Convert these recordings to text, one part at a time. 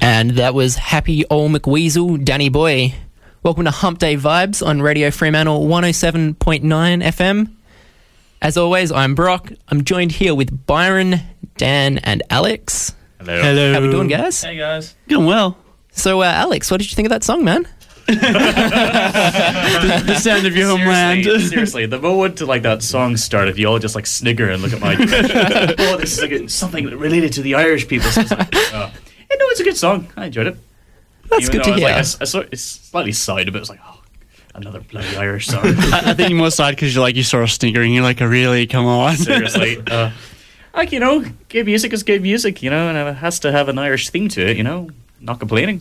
And that was Happy Ol' McWeasel, Danny Boy. Welcome to Hump Day Vibes on Radio Fremantle 107.9 FM. As always, I'm Brock. I'm joined here with Byron, Dan, and Alex. Hello. Hello. How we doing, guys? Hey guys. Doing well. So, uh, Alex, what did you think of that song, man? The sound of your Oh, homeland. Seriously, seriously, the moment like that song started, you all just like snigger and look at my. oh, this is like something related to the Irish people. So it's like, uh, and no, it's a good song. I enjoyed it. That's Even good though to I was, hear. Like, I s- I, saw it's slightly side, but it was like, oh, another bloody Irish song. I, I think you're more sad because you're like, you saw us sniggering. You're like, really? Come on. seriously. Uh, like you know, good music is good music, you know, and it has to have an Irish theme to it, you know. Not complaining.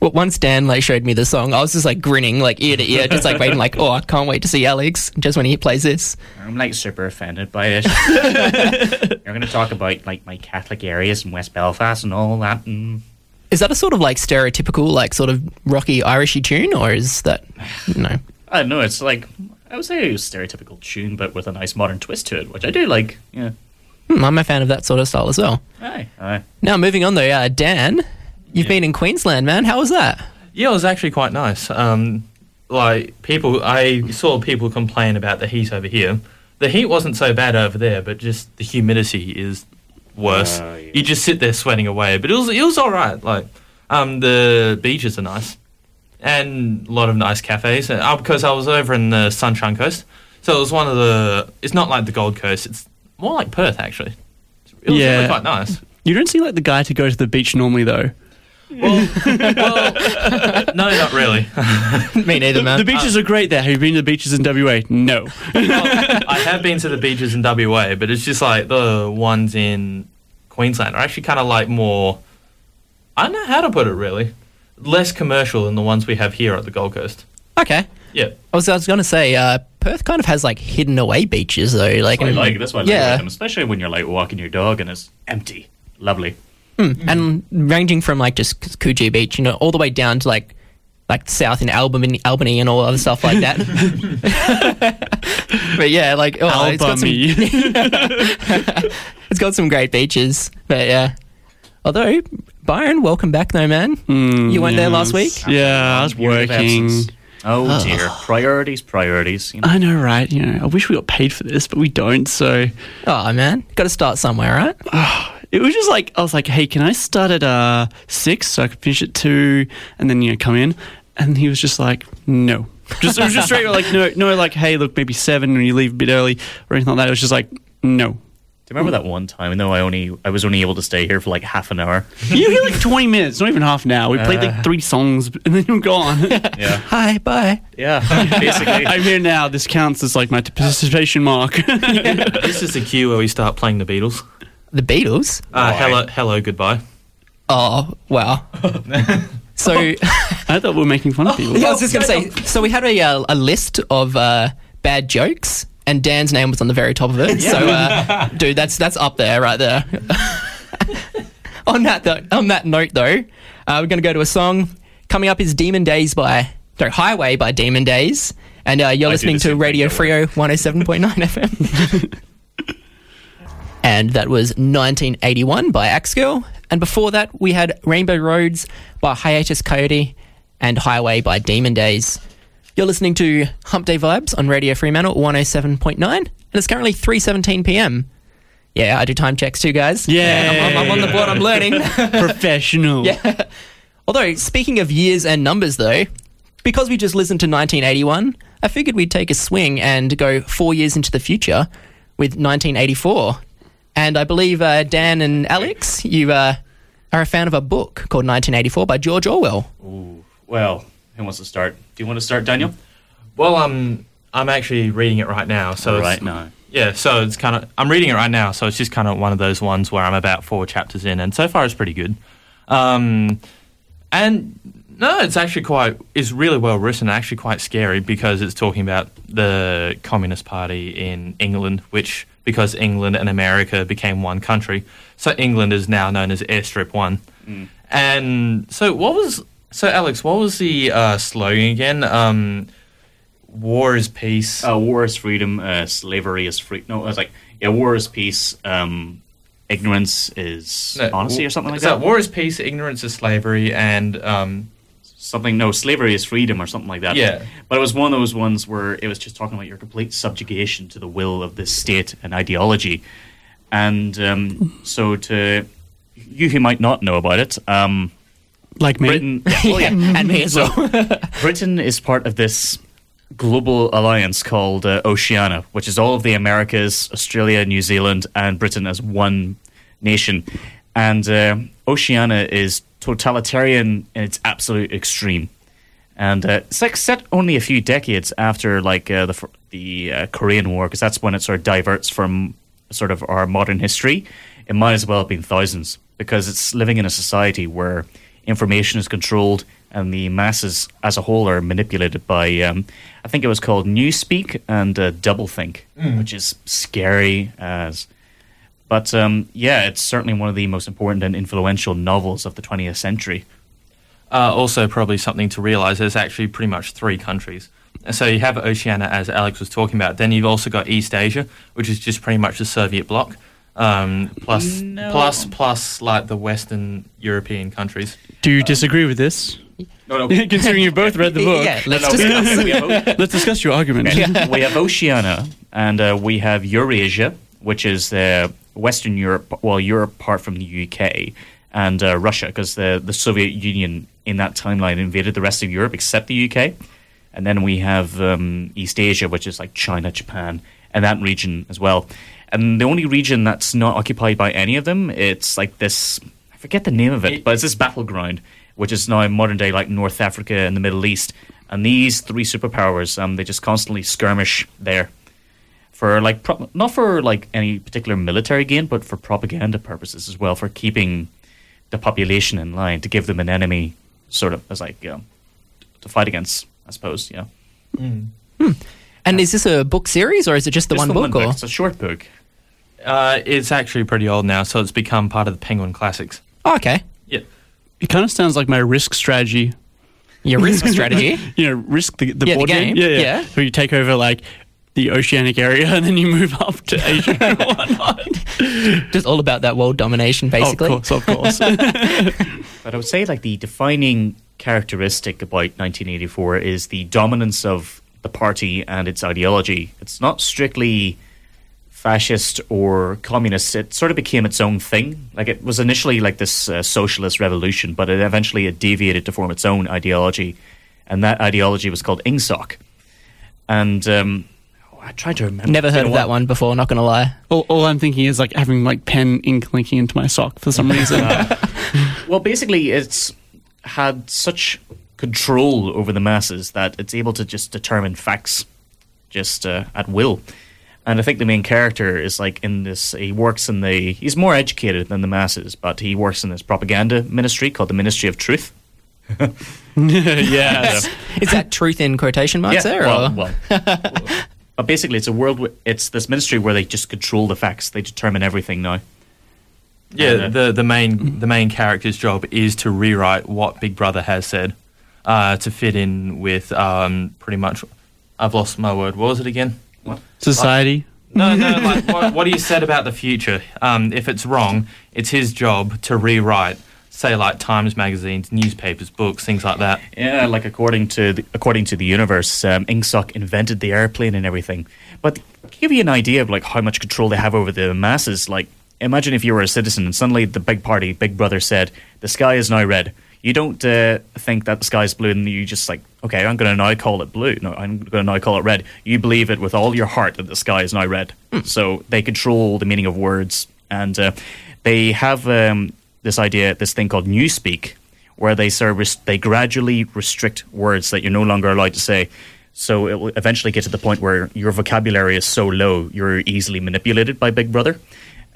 Well, once Dan like showed me the song, I was just like grinning like ear to ear, just like waiting, like oh, I can't wait to see Alex just when he plays this. I'm like super offended by this. You're gonna talk about like my Catholic areas in West Belfast and all that. And Is that a sort of like stereotypical like sort of rocky Irishy tune, or is that no? I don't know. It's like I would say a stereotypical tune, but with a nice modern twist to it, which I do like. Yeah. Hmm, I'm a fan of that sort of style as well. Aye. Aye. Now moving on though, uh, Dan, you've been in Queensland, man. How was that? Yeah, it was actually quite nice. Um, like people, I saw people complain about the heat over here. The heat wasn't so bad over there, but just the humidity is worse. Oh, yeah. You just sit there sweating away. But it was it was all right. Like um, the beaches are nice, and a lot of nice cafes. Uh, because I was over in the Sunshine Coast, so it was one of the. It's not like the Gold Coast. It's more like Perth actually. It was Yeah. really quite nice. You don't seem like the guy to go to the beach normally, though. Well, well no, not really. me neither, man. the beaches are great there. Have you been to the beaches in WA? No. Well, I have been to the beaches in WA, but it's just like the ones in Queensland are actually kind of like more. I don't know how to put it really. Less commercial than the ones we have here at the Gold Coast. okay. Yeah. I was, I was going to say, uh, Perth kind of has like hidden away beaches though. Like, I and- like that's why I like yeah, them, especially when you're like walking your dog and it's empty. Lovely. and ranging from like just Coogee Beach, you know, all the way down to like like south in Albany, Albany, and all other stuff like that. but yeah, like oh, it's got some Albany. it's got some great beaches. But yeah, although Byron, welcome back though, man. you went there last week. yes. Yeah, I was Years of working. absence. Oh dear. Priorities, priorities. You know. I know, right? You know, I wish we got paid for this, but we don't. So Oh man, got to start somewhere, right? it was just like I was like, "Hey, can I start at uh six so I can finish at two, and then you know come in?" And he was just like, "No." Just it was just straight like no, no, like hey, look, maybe seven, and you leave a bit early or anything like that. It was just like no. Do you remember that one time though I only I was only able to stay here for like half an hour? You had like twenty minutes, not even half an hour. We played Uh. like three songs, and then you're gone. Yeah. Hi, bye. Yeah. Basically. I'm here now. This counts as like my Oh. participation mark. This is the cue where we start playing the Beatles. The Beatles. Uh, Why? hello, hello, goodbye. Oh wow. so. I thought we were making fun of people. Yeah, I was just gonna say. So we had a uh, a list of uh, bad jokes, and Dan's name was on the very top of it. So, uh, dude, that's that's up there, right there. on that though, on that note, though, uh, we're gonna go to a song. Coming up is Demon Days by sorry, Highway by Demon Days, and uh, you're do listening the to same Radio thing, Frio 107.9 FM. And that was 1981 by Axe Girl. And before that, we had Rainbow Roads by Hiatus Coyote and Highway by Demon Days. You're listening to Hump Day Vibes on Radio Fremantle 107.9, and it's currently 3.17 p.m. Yeah, I do time checks too, guys. Yay. I'm, I'm- I'm on the board, I'm learning. Professional. Yeah. Although, speaking of years and numbers, though, because we just listened to 1981, I figured we'd take a swing and go four years into the future with 1984. And I believe uh, Dan and Alex, you uh, are a fan of a book called 1984 by George Orwell. Well, who wants to start? Do you want to start, Daniel? Well, um, I'm actually reading it right now. So it's- Right now. Yeah, so it's kind of I'm reading it right now, so it's just kind of one of those ones where I'm about four chapters in, and so far it's pretty good. Um, and no, it's actually quite it's really well written, and actually quite scary because it's talking about the Communist Party in England, which because England and America became one country, so England is now known as Airstrip One. Mm. And so what was so Alex, what was the uh, slogan again? Um, War is peace. Oh, uh, war is freedom, uh, slavery is free. No, I was like, yeah, war is peace, um, ignorance is No, honesty w- or something like is that. War is peace, ignorance is slavery, and um, Something no, slavery is freedom or something like that. Yeah. But it was one of those ones where it was just talking about your complete subjugation to the will of this state and ideology. And um, so to you who might not know about it, um, Like me. Britain yeah, well, yeah. and me as well. Britain is part of this global alliance called uh, Oceania, which is all of the Americas, Australia, New Zealand, and Britain as one nation. And uh, Oceania is totalitarian in its absolute extreme. And uh, it's like set only a few decades after like uh, the fir- the uh, Korean War, because that's when it sort of diverts from sort of our modern history. It might as well have been thousands, because it's living in a society where information is controlled and the masses as a whole are manipulated by. Um, I think it was called newspeak and uh, doublethink, which is scary as. But um, yeah, it's certainly one of the most important and influential novels of the 20th century. uh, also probably something to realize there's actually pretty much three countries. So you have Oceania, as Alex was talking about. Then you've also got East Asia, which is just pretty much the Soviet bloc, um, plus- No. plus- plus, like the Western European countries. Do you disagree with this? No, Considering you both read the book, Oh. Yeah, let's we, discuss. we have, let's discuss your argument. O- we have Oceania and uh, we have Eurasia, which is the Western Europe, well, Europe apart from the UK and uh, Russia, because the, the Soviet Union in that timeline invaded the rest of Europe except the UK. And then we have um, East Asia, which is like China, Japan, and that region as well. And the only region that's not occupied by any of them, it's like this I forget the name of it, It- but it's this battleground, which is now modern day like North Africa and the Middle East. And these three superpowers, um, they just constantly skirmish there for like pro- not for like any particular military gain, but for propaganda purposes as well, for keeping the population in line to give them an enemy, sort of as like um, to fight against, I suppose. You know, And is this a book series or is it just the one Just the book? or? It's a short book. Uh, it's actually pretty old now, so it's become part of the Penguin Classics. Oh, okay. Yeah. It kind of sounds like my risk strategy. Your risk strategy. You know, risk the, the Yeah, the board game. Yeah, yeah, Yeah. Where you take over like the oceanic area and then you move up to Asia and whatnot. Just all about that world domination, basically. Of course, of course. But I would say like the defining characteristic about 1984 is the dominance of the party and its ideology. It's not strictly fascist or communist. It sort of became its own thing. Like it was initially like this uh, socialist revolution, but it eventually it deviated to form its own ideology, and that ideology was called INGSOC. And um, oh, I tried to remember. Never It's heard been of a that while. one before, not going to lie. all, all I'm thinking is like having like pen ink linking into my sock for some reason. Well, basically, it's had such control over the masses that it's able to just determine facts just uh, at will. And I think the main character is like in this. He works in the. He's more educated than the masses, but he works in this propaganda ministry called the Ministry of Truth. yeah. Is that truth in quotation marks there? well, or? well, but basically, it's a world. Where, it's this ministry where they just control the facts. They determine everything now. Yeah, Uh, the the main the main character's job is to rewrite what Big Brother has said uh, to fit in with um, pretty much. I've lost my word. What was it again? Society. No, no. Like what, what he said about the future. Um, if it's wrong, it's his job to rewrite. Say like Times magazines, newspapers, books, things like that. Yeah, like according to the, according to the universe, um, Ingsoc invented the airplane and everything. But to give you an idea of like how much control they have over the masses. Like, imagine if you were a citizen and suddenly the big party, Big Brother, said the sky is now red. You don't uh, think that the sky is blue, and you just like, okay, I'm going to now call it blue. No, I'm going to now call it red. You believe it with all your heart that the sky is now red. So they control the meaning of words, and uh, they have um, this idea, this thing called newspeak, where they sort of res- they gradually restrict words that you're no longer allowed to say. So it will eventually get to the point where your vocabulary is so low you're easily manipulated by Big Brother,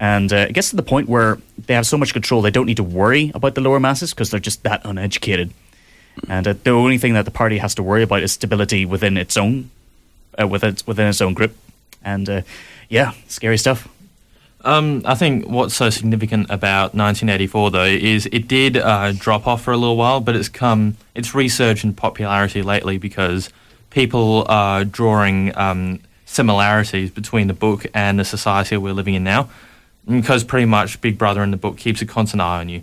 and uh, it gets to the point where they have so much control they don't need to worry about the lower masses because they're just that uneducated. And uh, the only thing that the party has to worry about is stability within its own, uh, within its, within its own group, and uh, yeah, scary stuff. Um, I think what's so significant about 1984, though, is it did uh, drop off for a little while, but it's come, it's resurged in popularity lately because people are drawing um, similarities between the book and the society we're living in now. because pretty much Big Brother in the book keeps a constant eye on you,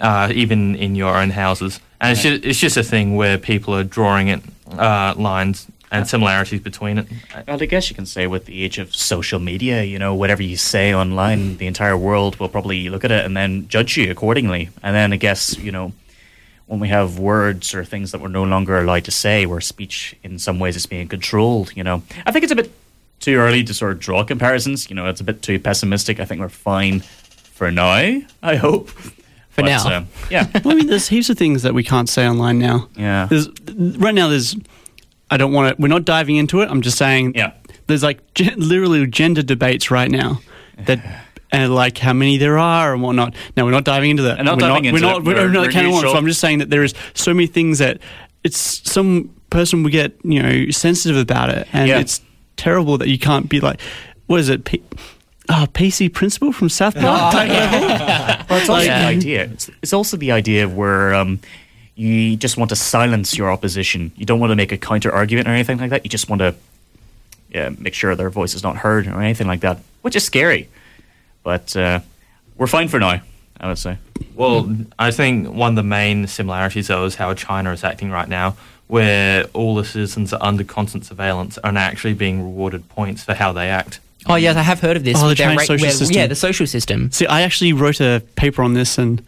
uh, even in your own houses. And it's, just, it's just a thing where people are drawing it uh, lines and similarities between it. Well, I guess you can say with the age of social media, you know, whatever you say online, the entire world will probably look at it and then judge you accordingly. And then I guess, you know, when we have words or things that we're no longer allowed to say, where speech in some ways is being controlled, you know, I think it's a bit too early to sort of draw comparisons. You know, it's a bit too pessimistic. I think we're fine for now, I hope. For now. yeah. Well, I mean, there's heaps of things that we can't say online now. Yeah. There's right now. There's. I don't want to. We're not diving into it. I'm just saying. Yeah. There's like gen, literally gender debates right now. That. And like how many there are and whatnot. Now we're not diving into that. And not we're diving into we're it. not, We're, We're- not we're can of worms. neutral. So I'm just saying that there is so many things that it's some person will get you know sensitive about it, and Yeah. it's terrible that you can't be like, what is it? P- Oh, PC principal from South Park. type level? Oh, Well, it's also Like- the idea. It's, it's also the idea of where um, you just want to silence your opposition. You don't want to make a counter argument or anything like that. You just want to yeah, make sure their voice is not heard or anything like that, which is scary. But uh, we're fine for now, I would say. Well, I think one of the main similarities, though, is how China is acting right now, where all the citizens are under constant surveillance and are actually being rewarded points for how they act. Oh yes, I have heard of this. Oh, the with their Chinese social system. Yeah, the social system. See, I actually wrote a paper on this, and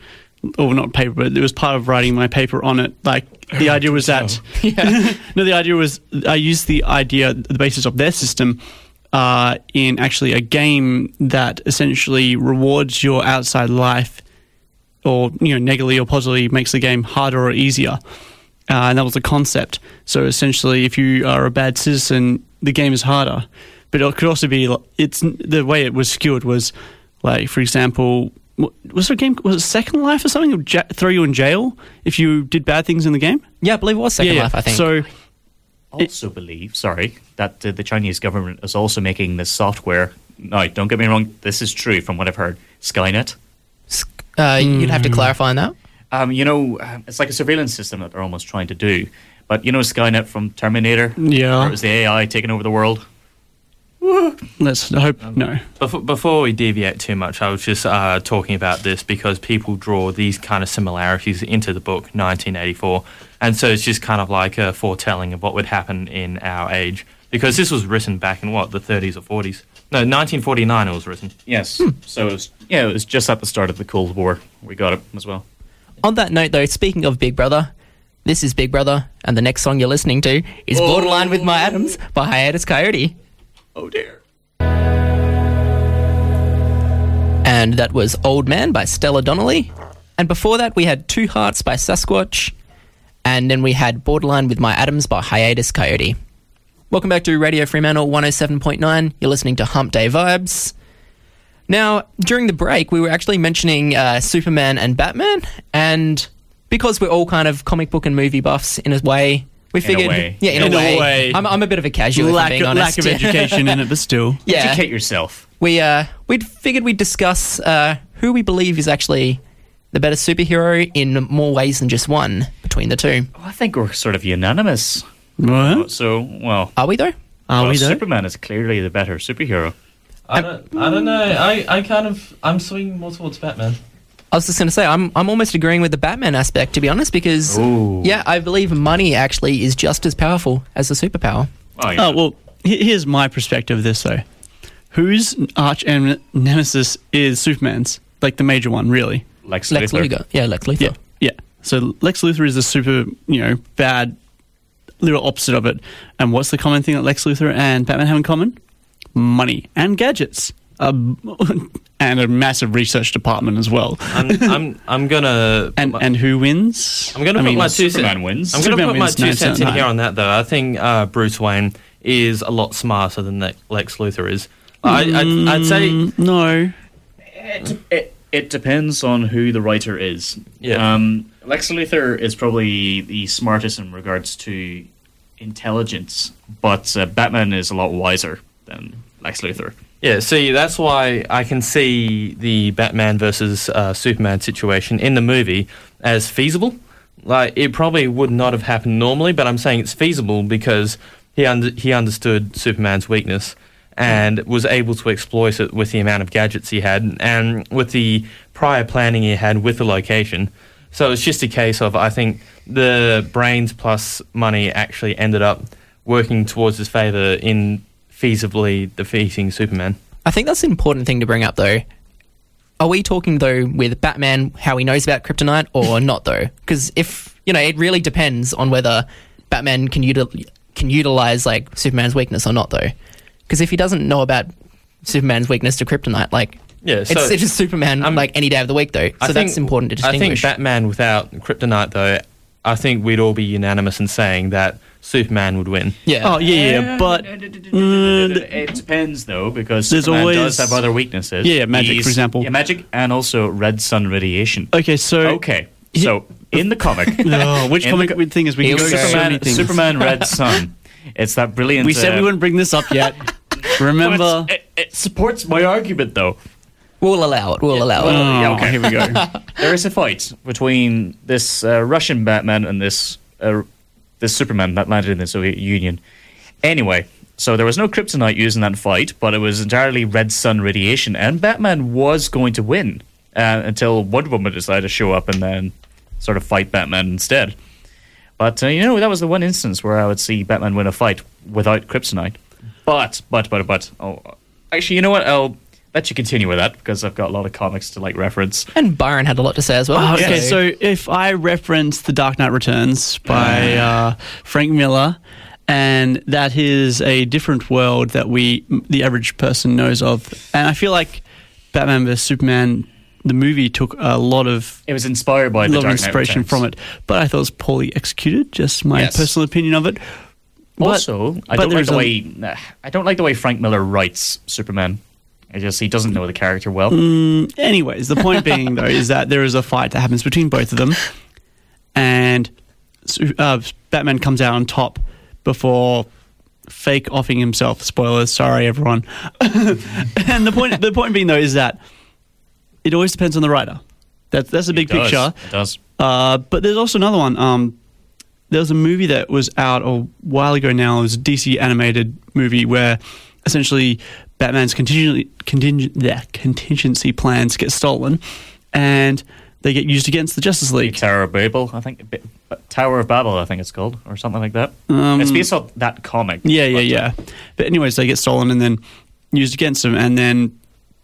or not paper, but it was part of writing my paper on it. Like the idea was that no, the idea was I used the idea, the basis of their system, uh, in actually a game that essentially rewards your outside life, or you know, negatively or positively makes the game harder or easier. Uh, and that was the concept. So essentially, if you are a bad citizen, the game is harder. But it could also be it's the way it was skewed was like, for example, wha- was there a game was it Second Life or something? that would ja- throw you in jail if you did bad things in the game. Yeah, I believe it was Second Life. I think. So Also, believe, sorry, that uh, the Chinese government is also making this software. No, don't get me wrong, this is true from what I've heard. Skynet. S- uh, you'd have to clarify on that. Um, you know, uh, it's like a surveillance system that they're almost trying to do. But you know, Skynet from Terminator. Yeah. where it was the AI taking over the world. let's hope no. Before, before we deviate too much, I was just uh, talking about this because people draw these kind of similarities into the book 1984. And so it's just kind of like a foretelling of what would happen in our age. Because this was written back in what, the 30s or 40s? No, 1949 it was written. Yes. Hmm. So it was, yeah, it was just at the start of the Cold War. We got it as well. On that note, though, speaking of Big Brother, this is Big Brother, and the next song you're listening to is "Borderline with My Adams" by Hiatus Coyote. Oh dear. And that was Old Man by Stella Donnelly. And before that, we had Two Hearts by Sasquatch. And then we had Borderline with My Adams by Hiatus Coyote. Welcome back to Radio Fremantle 107.9. You're listening to Hump Day Vibes. Now, during the break, we were actually mentioning uh, Superman and Batman. And because we're all kind of comic book and movie buffs in a way, we figured. way. Yeah, in, In a, a way. way. I'm, I'm a bit of a casual, if I'm Lack, being honest. lack of education in it, but still. yeah Educate yourself. we uh, we'd figured we'd discuss uh, who we believe is actually the better superhero in more ways than just one between the two. Well, I think we're sort of unanimous. What? So, well, Are we though? Are well, we there? Superman is clearly the better superhero. I don't, I don't know. I, I kind of, I'm swinging more towards Batman. I was just going to say I'm I'm almost agreeing with the Batman aspect to be honest because Ooh. yeah I believe money actually is just as powerful as a superpower. Oh, yeah. Oh well, he- here's my perspective of this though. Whose arch em- nemesis is Superman's? Like the major one, really. Lex, Lex Luthor. Luthor, yeah, Lex Luthor. Yeah, yeah. So Lex Luthor is the super, you know, bad little opposite of it. And what's the common thing that Lex Luthor and Batman have in common? Money and gadgets, um, and a massive research department as well. I'm, I'm, I'm gonna. put And my- and who wins? I'm gonna I put mean, my two Superman cents. wins. I'm gonna Superman put my wins two nine cents cents in nine. here on that though. I think uh, Bruce Wayne is a lot smarter than Le- Lex Luthor is. I, I'd, I'd say Mm, no. It, it, it depends on who the writer is. Yeah. Um, Lex Luthor is probably the smartest in regards to intelligence, but uh, Batman is a lot wiser than Lex Luthor. yeah. See, that's why I can see the Batman versus uh, Superman situation in the movie as feasible. Like it probably would not have happened normally, but I'm saying it's feasible because he under, he understood Superman's weakness and was able to exploit it with the amount of gadgets he had and with the prior planning he had with the location. So it's just a case of I think the brains plus money actually ended up working towards his favor in feasibly defeating Superman. I think that's an important thing to bring up, though. Are we talking though with Batman how he knows about kryptonite or not though? Because if you know, it really depends on whether Batman can util- can utilize like Superman's weakness or not though. Because if he doesn't know about Superman's weakness to kryptonite, like Yeah, so it's, it's just Superman I'm- like any day of the week though. So I that's think- important to I think distinguish. Batman without kryptonite, though, I think we'd all be unanimous in saying that Superman would win. yeah. Oh yeah, yeah, but mm, it depends though because There's Superman always- does have other weaknesses. Yeah, yeah, magic, for He's- example. Uh, Yeah, magic and also red sun radiation. okay, so Okay, so in the comic, Oh, which In comic the- weird thing is we Here can we go so go. many Superman, things. Superman Red Sun. It's that brilliant. we said uh, we wouldn't bring this up yet. but Remember? It, it supports my argument though. We'll allow it. We'll allow it. Oh, yeah, okay. here we go. There is a fight between this uh, Russian Batman and this uh, this Superman that landed in the Soviet Union. Anyway, so there was no kryptonite used in that fight, but it was entirely red sun radiation, and Batman was going to win uh, until Wonder Woman decided to show up and then sort of fight Batman instead. But uh, you know that was the one instance where I would see Batman win a fight without kryptonite. But but but but oh, actually, you know what? I'll let you continue with that because I've got a lot of comics to like reference. And Byron had a lot to say as well. Oh, okay, so if I reference The Dark Knight Returns Ah. by uh, Frank Miller, and that is a different world that we, m- the average person, knows of, and I feel like Batman vs Superman, the movie, took a lot of It was inspired by a the lot of Dark inspiration Knight Returns. from it, but I thought it was poorly executed. Just my Yes. personal opinion of it. But- Also, I don't like but there's the a- way nah, I don't like the way Frank Miller writes Superman. I just he doesn't know the character well. Mm, Anyways, the point being though is that there is a fight that happens between both of them, and su- uh, Batman comes out on top before fake offing himself. Spoilers, sorry everyone. and the point the point being though is that it always depends on the writer. That's that's the big It does. picture. It does. Uh, but there's also another one. Um, there was a movie that was out a while ago now. It was a DC animated movie where essentially Batman's contingency, contingent, yeah, contingency plans get stolen and they get used against the Justice League. Tower of Babel, I think. Ba- Ba- Tower of Babel, I think it's called, or something like that. it's based on that comic. Um, Yeah, yeah, but, yeah. uh, But anyways, they get stolen and then used against him, and then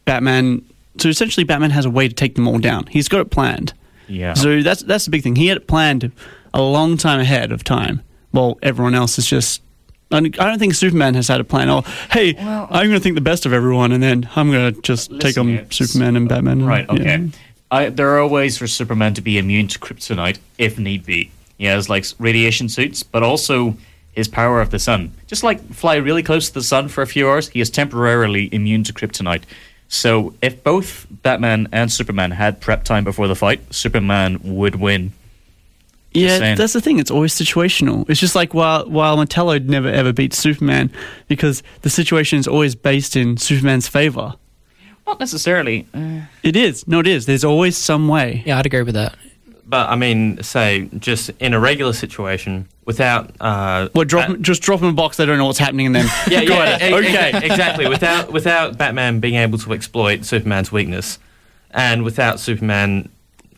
Batman. So essentially, Batman has a way to take them all down. He's got it planned. Yeah. So that's that's the big thing. He had it planned a long time ahead of time. Well, everyone else is just. I don't I don't think Superman has had a plan. Oh, hey, I'm going to think the best of everyone, and then I'm going to just take Listen, on it's- Superman and Batman. Right. Yeah. Okay. I, there are ways for Superman to be immune to kryptonite if need be. He has like s- radiation suits, but also his power of the sun. Just like fly really close to the sun for a few hours, he is temporarily immune to kryptonite. So if both Batman and Superman had prep time before the fight, Superman would win. Yeah, saying. that's the thing. It's always situational. It's just like while while Metello never ever beats Superman because the situation is always based in Superman's favor. Not necessarily. Uh, It is. No, it is. There's always some way. yeah, I'd agree with that. But I mean, say just in a regular situation without uh, Well, drop Bat- just drop him a box. They don't know what's happening, and then yeah, go yeah, at it. e- e- Okay. exactly. Without without Batman being able to exploit Superman's weakness, and without Superman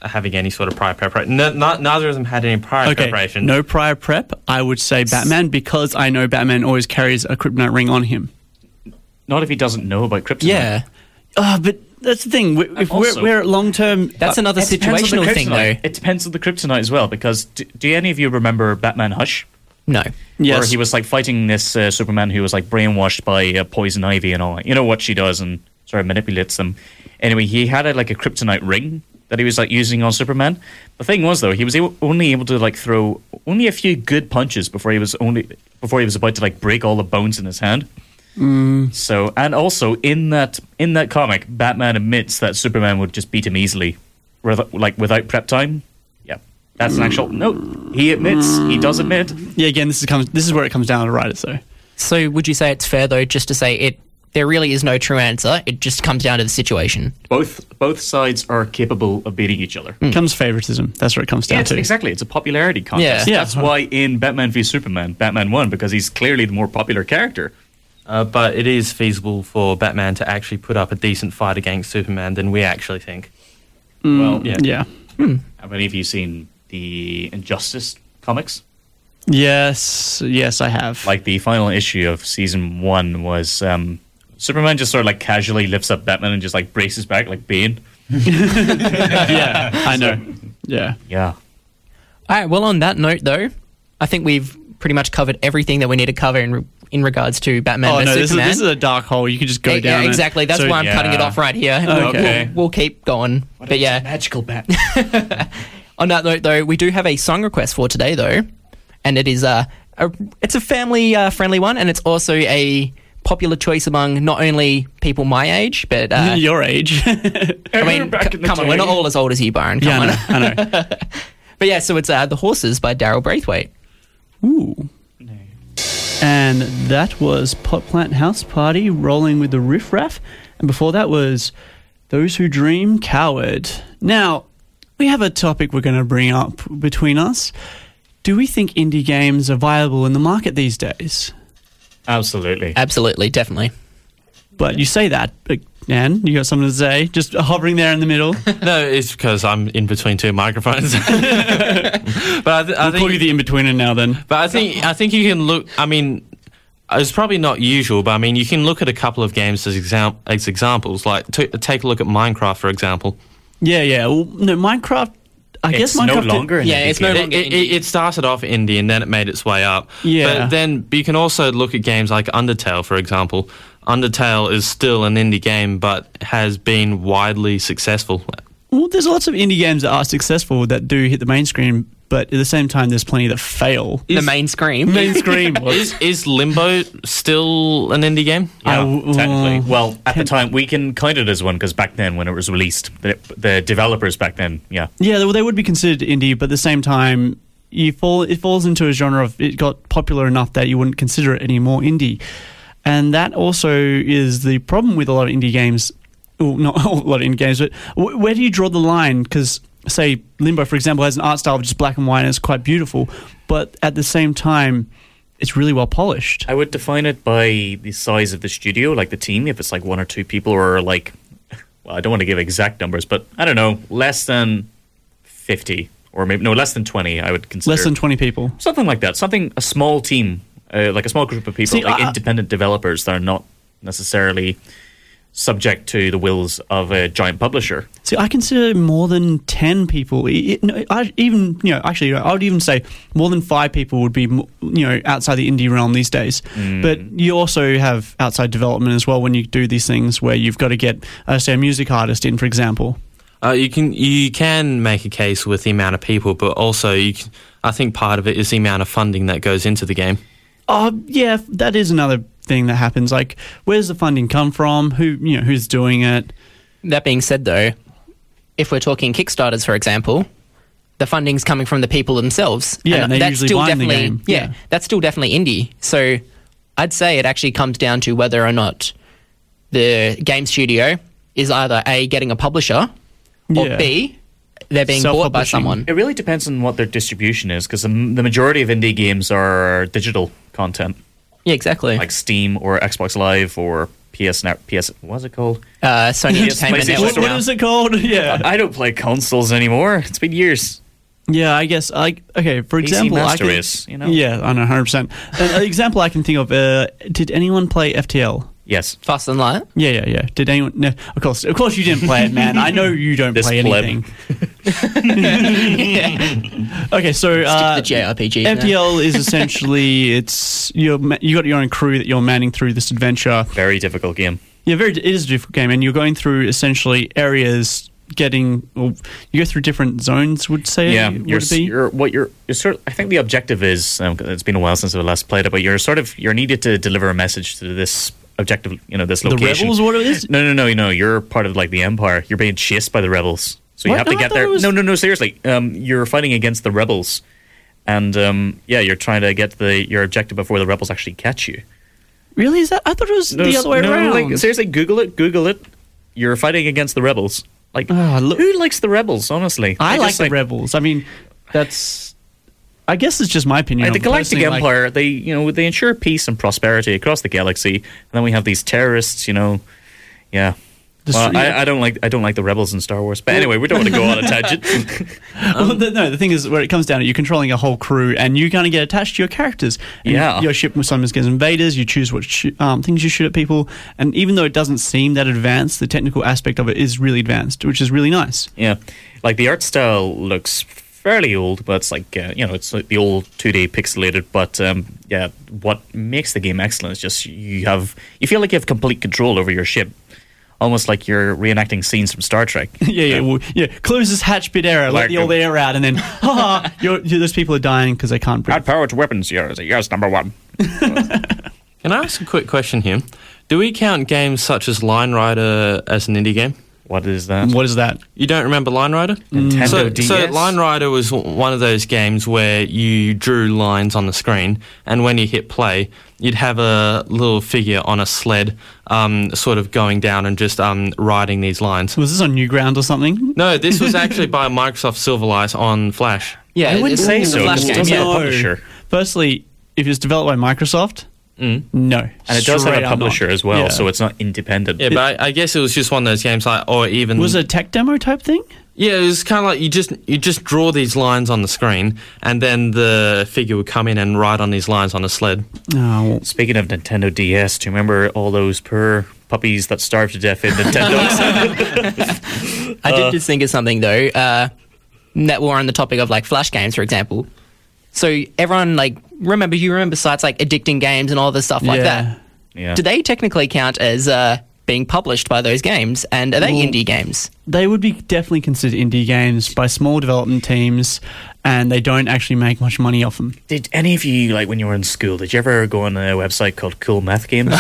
having any sort of prior preparation, no, not, neither of them had any prior Okay, preparation. no prior prep. I would say Batman because I know Batman always carries a kryptonite ring on him. not if he doesn't know about kryptonite. Yeah, Ah, but that's the thing. We- If we're, also- uh, we're at long term, that's another It depends on the situational thing though. kryptonite. It depends on the kryptonite as well, because do, do any of you remember Batman Hush? No. yes, where he was like fighting this uh, Superman who was like brainwashed by uh, poison ivy and all that. You know what she does and sort of manipulates them. Anyway, he had a, like a kryptonite ring that he was like using on Superman. The thing was though, he was able, only able to like throw only a few good punches before he was only before he was about to like break all the bones in his hand. So and also in that in that comic, Batman admits that Superman would just beat him easily, with, like without prep time. Yeah, that's an actual no. He admits. He does admit. yeah. Again, this is comes. This is where it comes down to writers, though. So would you say it's fair though, just to say it? There really is no true answer. It just comes down to the situation. both both sides are capable of beating each other. Comes favoritism. That's where it comes down Yeah, it's- to. exactly. It's a popularity contest. Yeah. Yeah. That's why in Batman v Superman, Batman won because he's clearly the more popular character. Uh, but it is feasible for Batman to actually put up a decent fight against Superman than we actually think. Well, yeah. Mm, Yeah. How many of you seen the Injustice comics? Yes. Yes, I have. Like the final issue of season one was um, Superman just sort of like casually lifts up Batman and just like braces back like Bane. yeah, I know. Yeah. Yeah. All right. Well, on that note, though, I think we've pretty much covered everything that we need to cover in re- in regards to Batman Oh vs no, this is, Superman. this is a dark hole. You could just go Yeah, down. yeah, it. exactly. That's So- why I'm cutting it yeah. off right here. Okay. We'll, we'll keep going. but yeah, Magical bat. On that note, though, we do have a song request for today, though, and it is uh, a it's a family uh, friendly one, and it's also a popular choice among not only people my age, but uh, your age. yeah, I mean, c- come on, we're not all as old as you, Byron. Come I on. know. I know. But yeah, so it's uh, "The Horses" by Daryl Braithwaite. Ooh. And that was Pot Plant House Party rolling with the Riff Raff. And before that was Those Who Dream Coward. Now, we have a topic we're going to bring up between us. Do we think indie games are viable in the market these days? Absolutely. Absolutely, definitely. But you say that, but Nan, you got something to say? Just hovering there in the middle. No, it's because I'm in between two microphones. but I, th- I I'll think call you the in betweener now then. But I think I think you can look. I mean, it's probably not usual, but I mean, you can look at a couple of games as, exam- as examples. Like t- take a look at Minecraft, for example. Yeah, yeah. Well, no, Minecraft. I guess It's Minecraft. no did- longer. an Yeah, indie it's no game. longer- It, it, it it started off indie and then it made its way up. Yeah. But then but you can also look at games like Undertale, for example. Undertale is still an indie game, but has been widely successful. Well, there's lots of indie games that are successful that do hit the main screen, but at the same time, there's plenty that fail. the main scream. Main screen. Is is Limbo still an indie game? I Yeah, w- technically. uh, Well, at the time, we can count it as one because back then, when it was released, the, the developers back then, yeah, yeah, they, they would be considered indie, but at the same time, you fall it falls into a genre of it got popular enough that you wouldn't consider it any more indie, and that also is the problem with a lot of indie games. Well, not a lot of indie games, but wh- where do you draw the line? Because say Limbo, for example, has an art style of just black and white, and it's quite beautiful, but at the same time, it's really well polished. I would define it by the size of the studio, like the team, if it's like one or two people, or like, well, I don't want to give exact numbers, but I don't know, less than 50, or maybe, no, less than 20, I would consider. Less than twenty people. Something like that. Something, a small team, uh, like a small group of people, See, like I- independent developers that are not necessarily subject to the wills of a giant publisher. See, I consider more than ten people. e- e- no, I even you know actually you know, I would even say more than five people would be mo- you know outside the indie realm these days. But you also have outside development as well when you do these things where you've got to get uh, say a music artist in, for example. Uh, you can you can make a case with the amount of people, but also you can, I think part of it is the amount of funding that goes into the game. Uh, yeah, that is another thing that happens. Like, where's the funding come from? Who you know who's doing it? That being said, though, if we're talking Kickstarters, for example, the funding's coming from the people themselves. Yeah, and they're usually buying the definitely, game. Yeah, Yeah. that's still definitely indie. So I'd say it actually comes down to whether or not the game studio is either A, getting a publisher, or Yeah. B, they're being bought by Self-publishing. someone. It really depends on what their distribution is, because the, the majority of indie games are digital content, Yeah, exactly. like Steam or Xbox Live or PS Net, PS. What's it called? uh, Sony Yes, Entertainment PlayStation Network. Store. now. what is it called? yeah, I don't play consoles anymore. It's been years. Yeah, I guess. Like, okay, for example, Master I can, Race, you know? Yeah, I know, hundred percent. An example I can think of. Uh, did anyone play FTL? Yes. Fast and Light. Yeah, yeah, yeah. Did anyone? No, of course, of course, you didn't play it, man. I know you don't This play pleb. anything. okay, so uh, Stick to the JRPGs now. FTL is essentially it's you're ma- you got your own crew that you're manning through this adventure. Very difficult game. Yeah, very. It is a difficult game, and you're going through essentially areas. Getting, or you go through different zones. Would say, Yeah, would you're, it be? you're what you're, you're sort. I think the objective is. Um, 'cause it's been a while since I last played it, but you're sort of you're needed to deliver a message to this objective. You know, this the location. rebels, what it is? No, no, no, you know, you're part of like the empire. You're being chased by the rebels, so you What? have No, to I get thought there. it was- No, no, no, seriously. Um, you're fighting against the rebels, and um, yeah, you're trying to get the your objective before the rebels actually catch you. Really? Is that? I thought it was No, the s- other way no, around. Like, seriously, Google it. Google it. You're fighting against the rebels. Like, Ah, look- who likes the rebels? Honestly, I They like just, the rebels. I mean, that's I guess it's just my opinion. the on it Galactic personally, like- Empire, they you know they ensure peace and prosperity across the galaxy, and then we have these terrorists. You know, yeah. This- Well, yeah. I, I don't like I don't like the rebels in Star Wars, but anyway, we don't want to go on a tangent. um, well, the, no, the thing is, where it comes down to, you're controlling a whole crew, and you kind of get attached to your characters. And Yeah. your ship sometimes gets invaders. You choose what sh- um, things you shoot at people, and even though it doesn't seem that advanced, the technical aspect of it is really advanced, which is really nice. Yeah, like the art style looks fairly old, but it's like uh, you know it's like the old two D pixelated. But um, yeah, what makes the game excellent is just you have you feel like you have complete control over your ship, almost like you're reenacting scenes from Star Trek. yeah, yeah, well, yeah. Close this hatch bit error, let Like the old a- air out, and then, ha ha, you're, you those people are dying because they can't breathe. Add power to weapons. Yes, yes, number one. Can I ask a quick question here? Do we count games such as Line Rider as an indie game? What is that? What is that? You don't remember Line Rider? Nintendo so, so DS? Line Rider was w- one of those games where you drew lines on the screen, and when you hit play, you'd have a little figure on a sled, um, sort of going down and just um, riding these lines. Was this on Newground or something? No, this was actually by Microsoft Silverlight on Flash. Yeah, I wouldn't it's- say it's a so, Flash because game, it doesn't yeah. have a publisher. Firstly, if it's developed by Microsoft, no, Mm. And it does have Straight a up not. publisher as well, Yeah. so it's not independent. Yeah, but I, I guess it was just one of those games, like, or even was it a tech demo type thing? Yeah, it was kind of like you just you just draw these lines on the screen, and then the figure would come in and ride on these lines on a sled. No. Speaking of Nintendo DS, do you remember all those poor puppies that starved to death in Nintendo? I did just think of something though. Uh, that we're on the topic of like flash games, for example. So everyone like remember you remember sites like Addicting Games and all this stuff like Yeah. that. yeah. Do they technically count as uh, being published by those games? And are they Well- indie games? They would be definitely considered indie games by small development teams, and they don't actually make much money off them. Did any of you, like when you were in school, did you ever go on a website called Cool Math Games?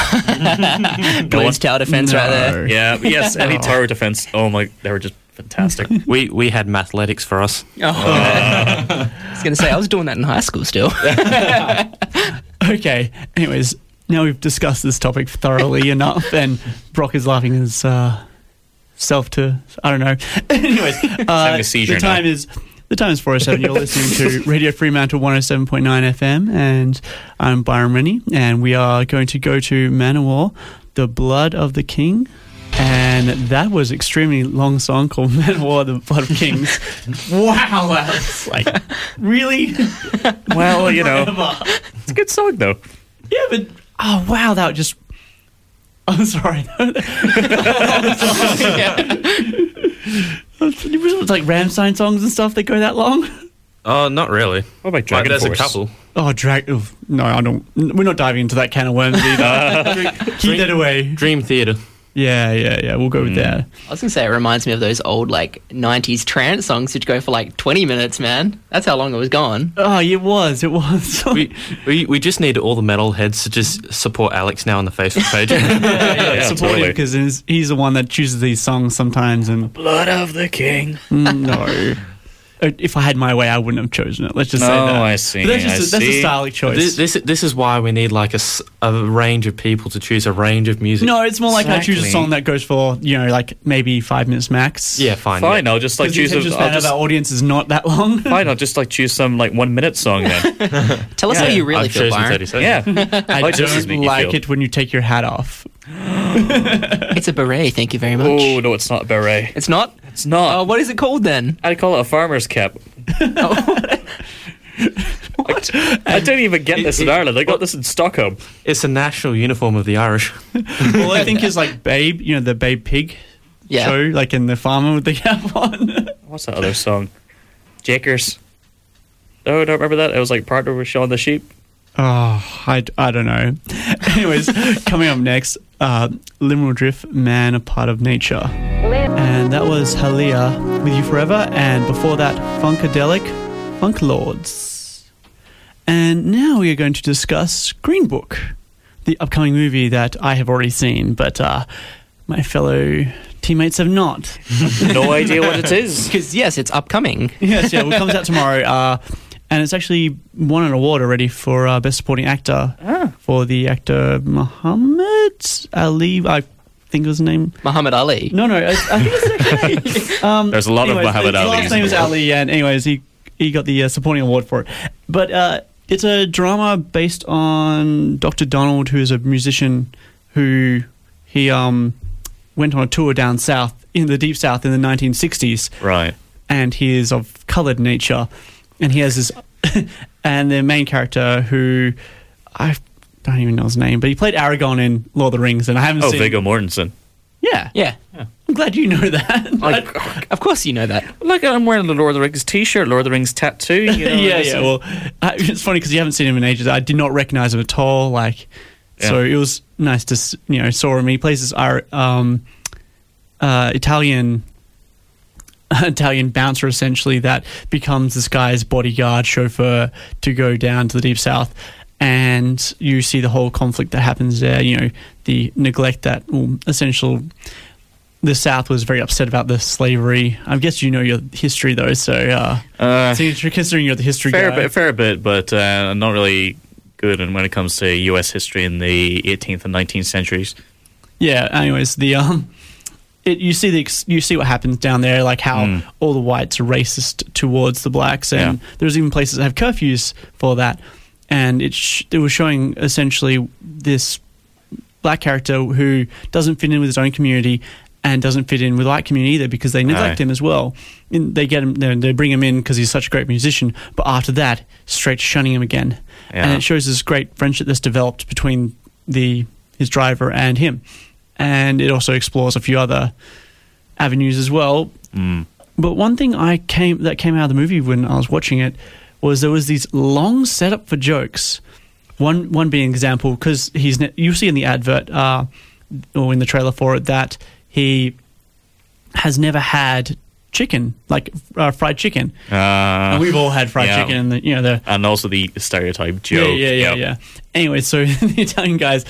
Balloons Tower Defense right there. yeah, yes, any tower defense. Oh my, they were just fantastic. We we had mathletics for us. I was going to say I was doing that in high school still. Okay. Anyways, now we've discussed this topic thoroughly enough, and Brock is laughing his uh, self to I don't know. Anyways, uh, having a seizure the time now. is. The time is 407. You're listening to Radio Fremantle 107.9 FM, and I'm Byron Rennie, and we are going to go to Manowar, The Blood of the King. And that was extremely long song called Manowar, The Blood of Kings. wow, that's like, really? well, you know, it's a good song though. Yeah, but oh wow, that just. I'm sorry. it was like Ramstein songs and stuff that go that long. Oh, not really. What about Dragon like, There's Force? a couple. Oh, drag. oh, No, I don't. We're not diving into that can of worms either. Keep that away. Dream Theater. Yeah, yeah, yeah. We'll go with that. I was going to say it reminds me of those old like 90s trance songs which go for like 20 minutes, man. That's how long it was gone. Oh, it was. It was. We, we we just need all the metal heads to just support Alex now on the Facebook page. Yeah, Support him totally. because he's, he's the one that chooses these songs sometimes. And mm, Blood of the King. no, Uh, if I had my way, I wouldn't have chosen it. Let's just say Oh, that. I see, But that's just I a, that's a see. stylic choice. this, this this is why we need like a, s- a range of people to choose a range of music. No, it's more like I choose a Exactly. song that goes for you know like maybe five minutes max. Yeah, fine. Fine, yeah. I'll just like because choose. the A, attention I'll span of just, our audience is not that long. fine, I'll just like choose some like one minute song then. Tell us Yeah, how you I've really I've feel, chosen Byron. 30 seconds. yeah, I Like, this is don't making you like feel- it when you take your hat off. It's a beret, thank you very much. Oh no, it's not a beret. It's not? It's not. Oh. Uh, what is it called then? I'd call it a farmer's cap. Oh. I, I didn't even get this in Ireland. I got this in Stockholm. It's a national uniform of the Irish. All I think is like Babe, you know the Babe Pig Yeah. show, like in the farmer with the cap on. What's that other song? Jakers. Oh, don't remember that. It was like partner with Shaun the Sheep. oh, I, I don't know. Anyways, coming up next, uh, Liminal Drift, Man, a Part of Nature. And that was Halia with You Forever, and before that, Funkadelic, Funk Lords. And now we are going to discuss Green Book, the upcoming movie that I have already seen, but uh, my fellow teammates have not. No idea what it is. Because, yes, it's upcoming. yes, yeah, well, it comes out tomorrow. Uh, and it's actually won an award already for uh, Best Supporting Actor for the actor Muhammad Ali, I think was his name. Muhammad Ali. No, no, I, I think it's actually. There's a lot Anyways, his last name is Ali, and anyways, he He got the uh, supporting award for it. But uh, it's a drama based on Dr. Donald, who is a musician who he um, went on a tour down south in the deep south in the 1960s Right. and he is of colored nature, and he has this, and the main character who I don't even know his name, but he played Aragon in Lord of the Rings, and I haven't Oh, seen. Viggo Mortensen. Yeah, Yeah. I'm glad you know that. Like, Of course you know that. Like I'm wearing the Lord of the Rings T-shirt, Lord of the Rings tattoo. You know, yeah, it's- yeah. Well, I, it's funny because you haven't seen him in ages. I did not recognize him at all. Like, so it was nice to s- you know saw him. He plays this Ar- um, uh, Italian. Italian bouncer essentially that becomes this guy's bodyguard chauffeur to go down to the deep south, and you see the whole conflict that happens there. You know the neglect that well, essential the South was very upset about the slavery. I guess you know your history though, so uh, Uh, so you're considering you're the history fair guy. bit, fair bit, but uh, not really good. And when it comes to U.S. history in the 18th and 19th centuries, yeah. Anyways, the um, it you see the ex- you see what happens down there, like how all the whites are racist towards the blacks, and Hmm. Yeah. there's even places that have curfews for that. And it sh- it was showing essentially this black character who doesn't fit in with his own community and doesn't fit in with the white community either because they neglect Aye. him as well. And they get him, they they bring him in because he's such a great musician, but after that, straight to shunning him again. And Yeah. it shows this great friendship that's developed between the his driver and him. And it also explores a few other avenues as well. But one thing I came that came out of the movie when I was watching it was there was these long setup for jokes. One one being example because he's ne- you see in the advert uh, or in the trailer for it that he has never had chicken like uh, fried chicken. uh, and we've all had fried yeah. chicken, and the, you know the and also the stereotype joke. yeah, yeah, yeah, Yep. yeah. Anyway, so the Italian guy's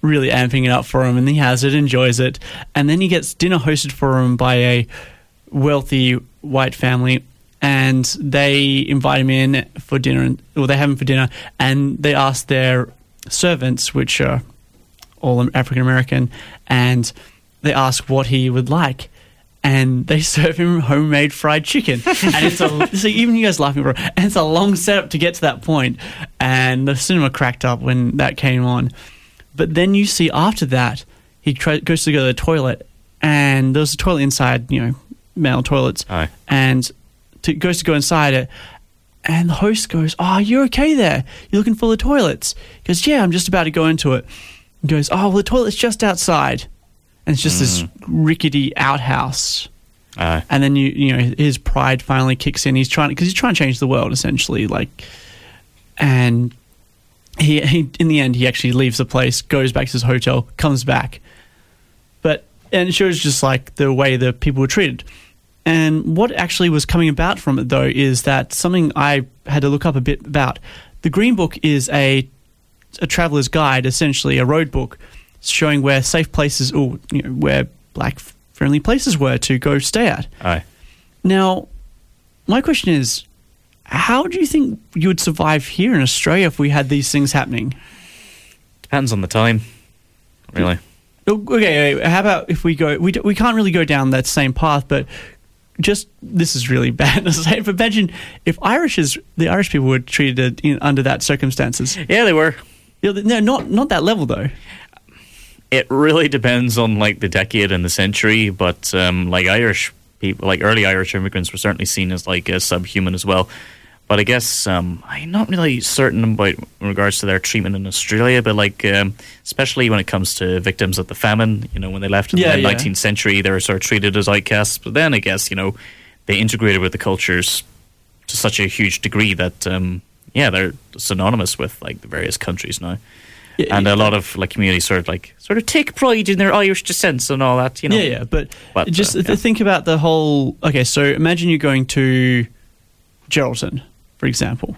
really amping it up for him, and he has it, enjoys it, and then he gets dinner hosted for him by a wealthy white family, and they invite him in for dinner, and well, they have him for dinner, and they ask their servants, which are all African American, and they ask what he would like. And they serve him homemade fried chicken, and it's a so even you guys laughing, bro. And it's a long setup to get to that point, and the cinema cracked up when that came on. But then you see after that, he try, goes to go to the toilet, and there's a toilet inside, you know, male toilets, Aye. and to, goes to go inside it, and the host goes, Oh, you're okay there. You're looking for the toilets. He goes, Yeah, I'm just about to go into it. He goes, Oh, well, the toilet's just outside. And it's just this rickety outhouse. Aye. And then you, you know, his pride finally kicks in. He's trying because he's trying to change the world essentially. Like, and he, he in the end he actually leaves the place, goes back to his hotel, comes back, but and it shows just like the way the people were treated. And what actually was coming about from it though is that something I had to look up a bit about. The Green Book is a a traveler's guide, essentially a road book showing where safe places or you know, where black friendly places were to go stay at. Aye. Now, my question is, how do you think you would survive here in Australia if we had these things happening? Depends on the time, really. O- Okay, wait, how about if we go? We, d- we can't really go down that same path, but just this is really bad to say. But imagine if Irish is the Irish people were treated in, under that circumstances. Yeah, they were. You know, No, not not that level though. It really depends on like the decade and the century, but um, like Irish people, like early Irish immigrants were certainly seen as like uh, subhuman as well. But I guess um, I'm not really certain about in regards to their treatment in Australia, but like um, especially when it comes to victims of the famine, you know, when they left in Yeah, the yeah. 19th century, they were sort of treated as outcasts. But then I guess you know they integrated with the cultures to such a huge degree that um, yeah, they're synonymous with like the various countries now Yeah, and uh, a lot of like communities sort of like sort of take pride in their Irish descents and all that, you know. Yeah, yeah, but, But, just uh, th- yeah. think about the whole. Okay, so imagine you're going to Geraldton, for example.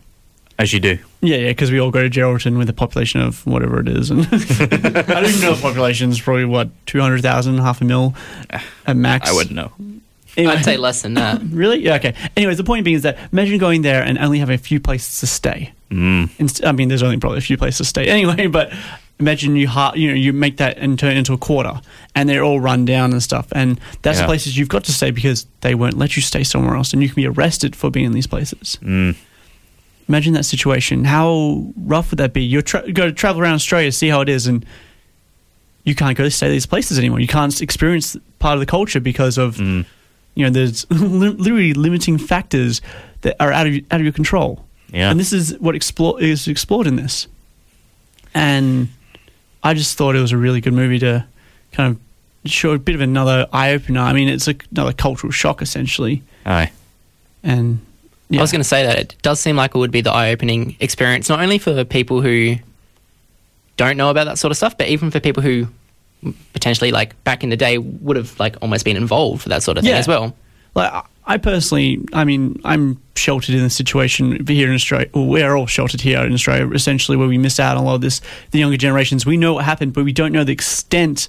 As you do. Yeah, yeah, because we all go to Geraldton with a population of whatever it is, and I don't even know the population's probably what two hundred thousand, half a mil at max. I wouldn't know. Anyway, I'd say less than that. really, yeah, okay. Anyways, the point being is that imagine going there and only having a few places to stay. Mm. Inst- I mean, there's only probably a few places to stay anyway, but imagine you ha- you know you make that and turn it into a quarter, and they're all run down and stuff. And that's Yeah. the places you've got to stay because they won't let you stay somewhere else, and you can be arrested for being in these places. Mm. Imagine that situation. How rough would that be? You're tra- go to travel around Australia, see how it is, and you can't go stay these places anymore. You can't experience part of the culture because of Mm. you know there's li- literally limiting factors that are out of out of your control. Yeah. and this is what explore, is explored in this. And I just thought it was a really good movie to kind of show a bit of another eye opener. I mean, it's a, another cultural shock essentially, Aye. and yeah. I was going to say that it does seem like it would be the eye-opening experience, not only for people who don't know about that sort of stuff, but even for people who potentially, like back in the day, would have like almost been involved for that sort of thing Yeah. as well. Like I- I personally, I mean, I'm sheltered in the situation here in Australia. Well, we're all sheltered here in Australia, essentially, where we miss out on a lot of this. The younger generations, we know what happened, but we don't know the extent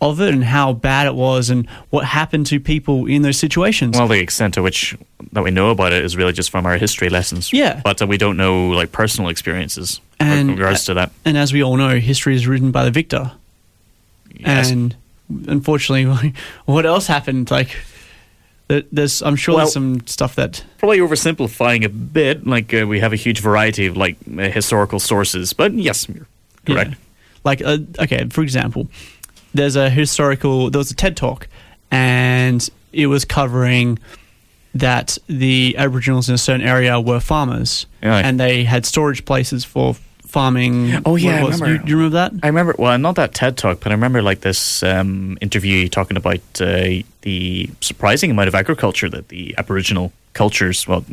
of it and how bad it was and what happened to people in those situations. Well, the extent to which that we know about it is really just from our history lessons. Yeah. But uh, we don't know like personal experiences And- uh, in regards to that. and as we all know, history is written by the victor. Yes. And unfortunately, what else happened? Like, there- there's, I'm sure Well- there's some stuff that Probably oversimplifying a bit. Like uh, we have a huge variety of like uh, historical sources, but yes, you're correct. Yeah. Like, uh, okay, for example, there's a historical, there was a TED talk, and it was covering that the Aboriginals in a certain area were farmers, Aye. and they had storage places for farming. Oh, yeah, what it I was. remember. You, you remember that? I remember, well, not that TED talk, but I remember like this um, interview talking about uh, the surprising amount of agriculture that the Aboriginal cultures, well,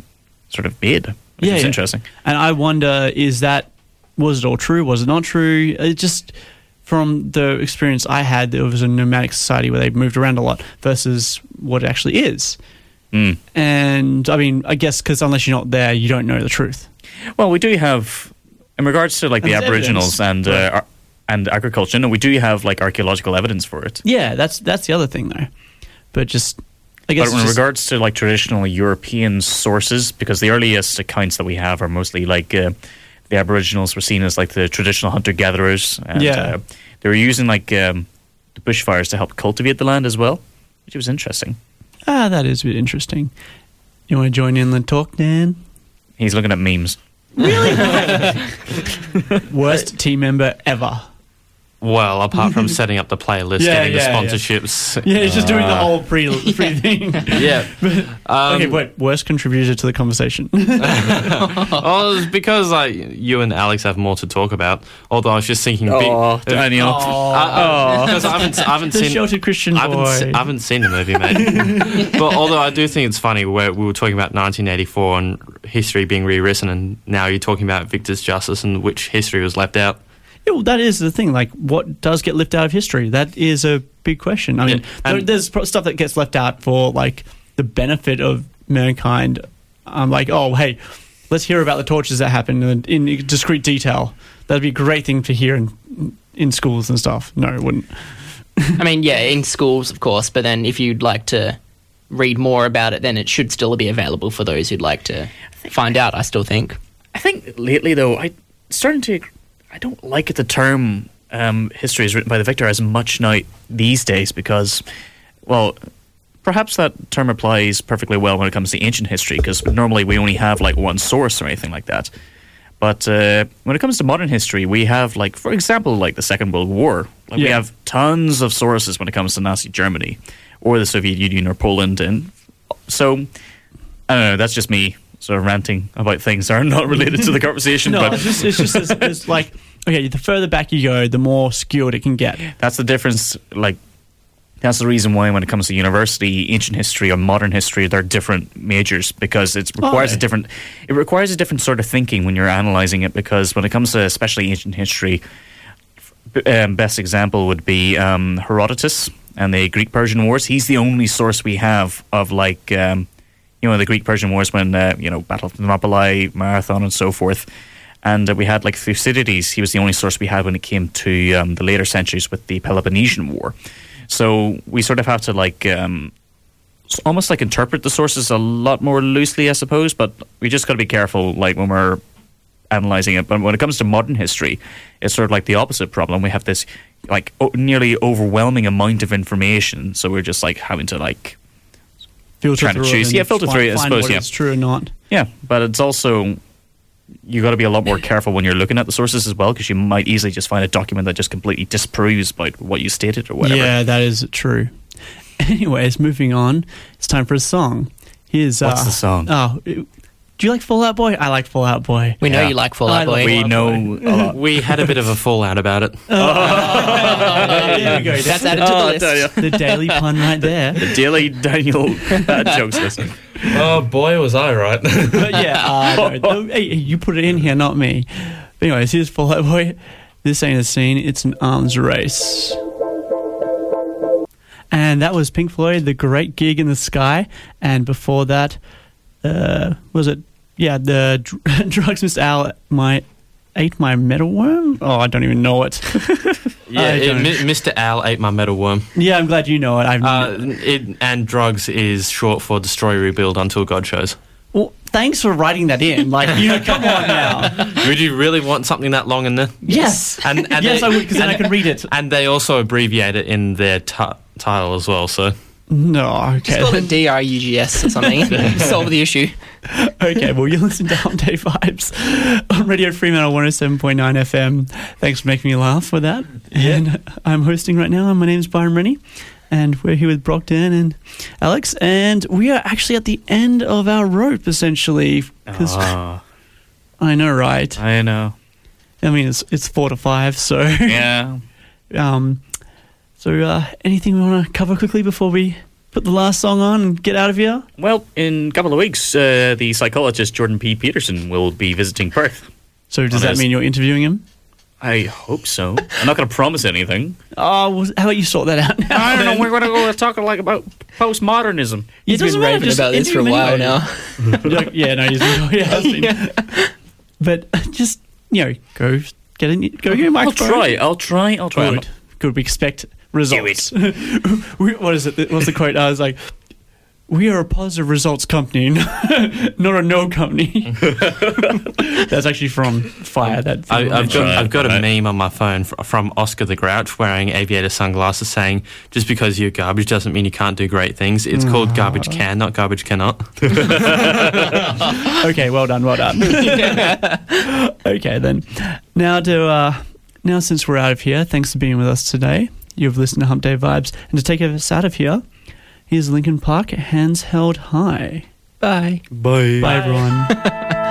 sort of made. Which was interesting. And I wonder, is that was it all true? Was it not true? It just from the experience I had, there was a nomadic society where they moved around a lot versus what it actually is. Mm. And I mean, I guess because unless you're not there, you don't know the truth. Well, we do have, in regards to like the And there's Aboriginals evidence, and uh, ar- and agriculture, no, we do have like archaeological evidence for it. Yeah, that's that's the other thing though. But just, I guess But in it's just- regards to like traditional European sources, because the earliest accounts that we have are mostly like uh, the Aboriginals were seen as like the traditional hunter gatherers. And, Yeah. uh, they were using like um, the bushfires to help cultivate the land as well, which was interesting. ah, that is a bit interesting. You want to join in the talk, Dan? He's looking at memes. Worst team member ever. Well, apart from setting up the playlist, Yeah, getting yeah, yeah. the sponsorships. Yeah, it's just doing the whole pre, pre thing. Yeah. Um, okay, wait. Worst contributor to the conversation. Oh, it's because like you and Alex have more to talk about. Although I was just thinking, Oh, Daniel. because uh, I haven't, I haven't the seen. sheltered Christian I haven't, boy. se- I haven't seen the movie, mate. but although I do think it's funny, where we were talking about 1984 and history being rewritten, and now you're talking about Victor's justice and which history was left out. Yeah, well, that is the thing. Like, what does get left out of history? That is a big question. I mean, Yeah, there, and- there's pro- stuff that gets left out for like the benefit of mankind. Um, like, oh, hey, let's hear about the tortures that happened in, in discrete detail. That'd be a great thing to hear in in schools and stuff. No, it wouldn't. I mean, yeah, in schools, of course, but then if you'd like to read more about it, then it should still be available for those who'd like to find out, I still think. I think lately though, I starting to I don't like the term um, history is written by the victor as much now these days because well perhaps that term applies perfectly well when it comes to ancient history because normally we only have like one source or anything like that. But uh, when it comes to modern history, we have like for example like the Second World War. Like we Yeah. have tons of sources when it comes to Nazi Germany or the Soviet Union or Poland and so I don't know. That's just me sort of ranting about things that are not related to the conversation. No, but it's just, it's just it's, it's like okay, the further back you go, the more skewed it can get. that's the difference. Like, that's the reason why when it comes to university, ancient history or modern history, they're different majors because it requires Aye. a different. It requires a different sort of thinking when you're analyzing it because when it comes to especially ancient history, b- um, best example would be um, Herodotus and the Greek Persian Wars. He's the only source we have of like um, you know the Greek Persian Wars when uh, you know Battle of Thermopylae, Marathon, and so forth. And uh, we had like Thucydides. He was the only source we had when it came to um, the later centuries with the Peloponnesian War. So we sort of have to like um, s- almost like interpret the sources a lot more loosely, I suppose. But we just got to be careful, like when we're analyzing it. But when it comes to modern history, it's sort of like the opposite problem. We have this like o- nearly overwhelming amount of information, so we're just like having to like filter Trying to through it choose. and Yeah, filter find- through it, I find suppose, whether yeah. it's true or not. yeah. But it's also you got to be a lot more careful when you're looking at the sources as well, because you might easily just find a document that just completely disproves about what you stated or whatever. Yeah, that is true. Anyways, moving on. It's time for a song. Here's uh, What's the song? Oh, it- do you like Fallout Boy? I like Fallout Boy. We know Yeah. you like Fallout I love Boy. We know a lot. We had a bit of a fallout about it. there we go. That's added to the Oh, I list. tell ya. the daily pun right there. Daily Daniel bad jokes listen. oh boy, was I right. But yeah, uh, no, no, hey, you put it in here, not me. But anyways, here's Fallout Boy. This ain't a scene; it's an arms race. And that was Pink Floyd, "The Great Gig in the Sky," and before that, uh, was it? Yeah, the dr- drugs Mr. Owl my ate my metal worm. Oh, I don't even know it. yeah, I it, don't- Mi- Mr. Owl ate my metal worm. yeah, I'm glad you know it. I've Uh, it, and drugs is short for destroy, rebuild until God shows. well, thanks for writing that in. Like, you know, come on now. Would you really want something that long in there? Yes, And, and yes, they, I would because then I and- can read it. And they also abbreviate it in their t- title as well. So No, okay. Just call it D-R-U-G-S or something. Solve the issue. Okay, well, you listen to Hump Day Vibes on Radio Fremantle 107.9 FM. Thanks for making me laugh with that. And I'm hosting right now, and my name's Byron Rennie, and we're here with Brockton and Alex, and we are actually at the end of our rope, essentially. 'cause- Oh, I know, right? I know. I mean, it's, it's four to five, so... Yeah. Um, so, uh, anything we want to cover quickly before we put the last song on and get out of here? Well, in a couple of weeks, uh, the psychologist Jordan P. Peterson will be visiting Perth. So, does Oh, no, that it's- mean you're interviewing him? I hope so. I'm not going to promise anything. Oh, well, how about you sort that out now? I don't know. We're going to go talking like about postmodernism. He's been matter, raving just about this for a interview him while anyway. now. Like, yeah, no, he's been, yeah, has been. But uh, just you know, go get in, go get a I'll microphone. try. I'll try. I'll try. Good, good. We expect results. We- what is it? What's the quote? I was like, "We are a positive results company, not a no company." That's actually from Fire. That I, I've got Right, I've got a right. meme on my phone fr- from Oscar the Grouch wearing aviator sunglasses saying, "Just because you're garbage doesn't mean you can't do great things. It's called garbage can, not garbage cannot." okay, well done, well done. okay, then. Now to uh, now since we're out of here, thanks for being with us today. You've listened to Hump Day Vibes, and to take us out of here, here's Lincoln Park, hands held high. Bye. Bye. Bye everyone.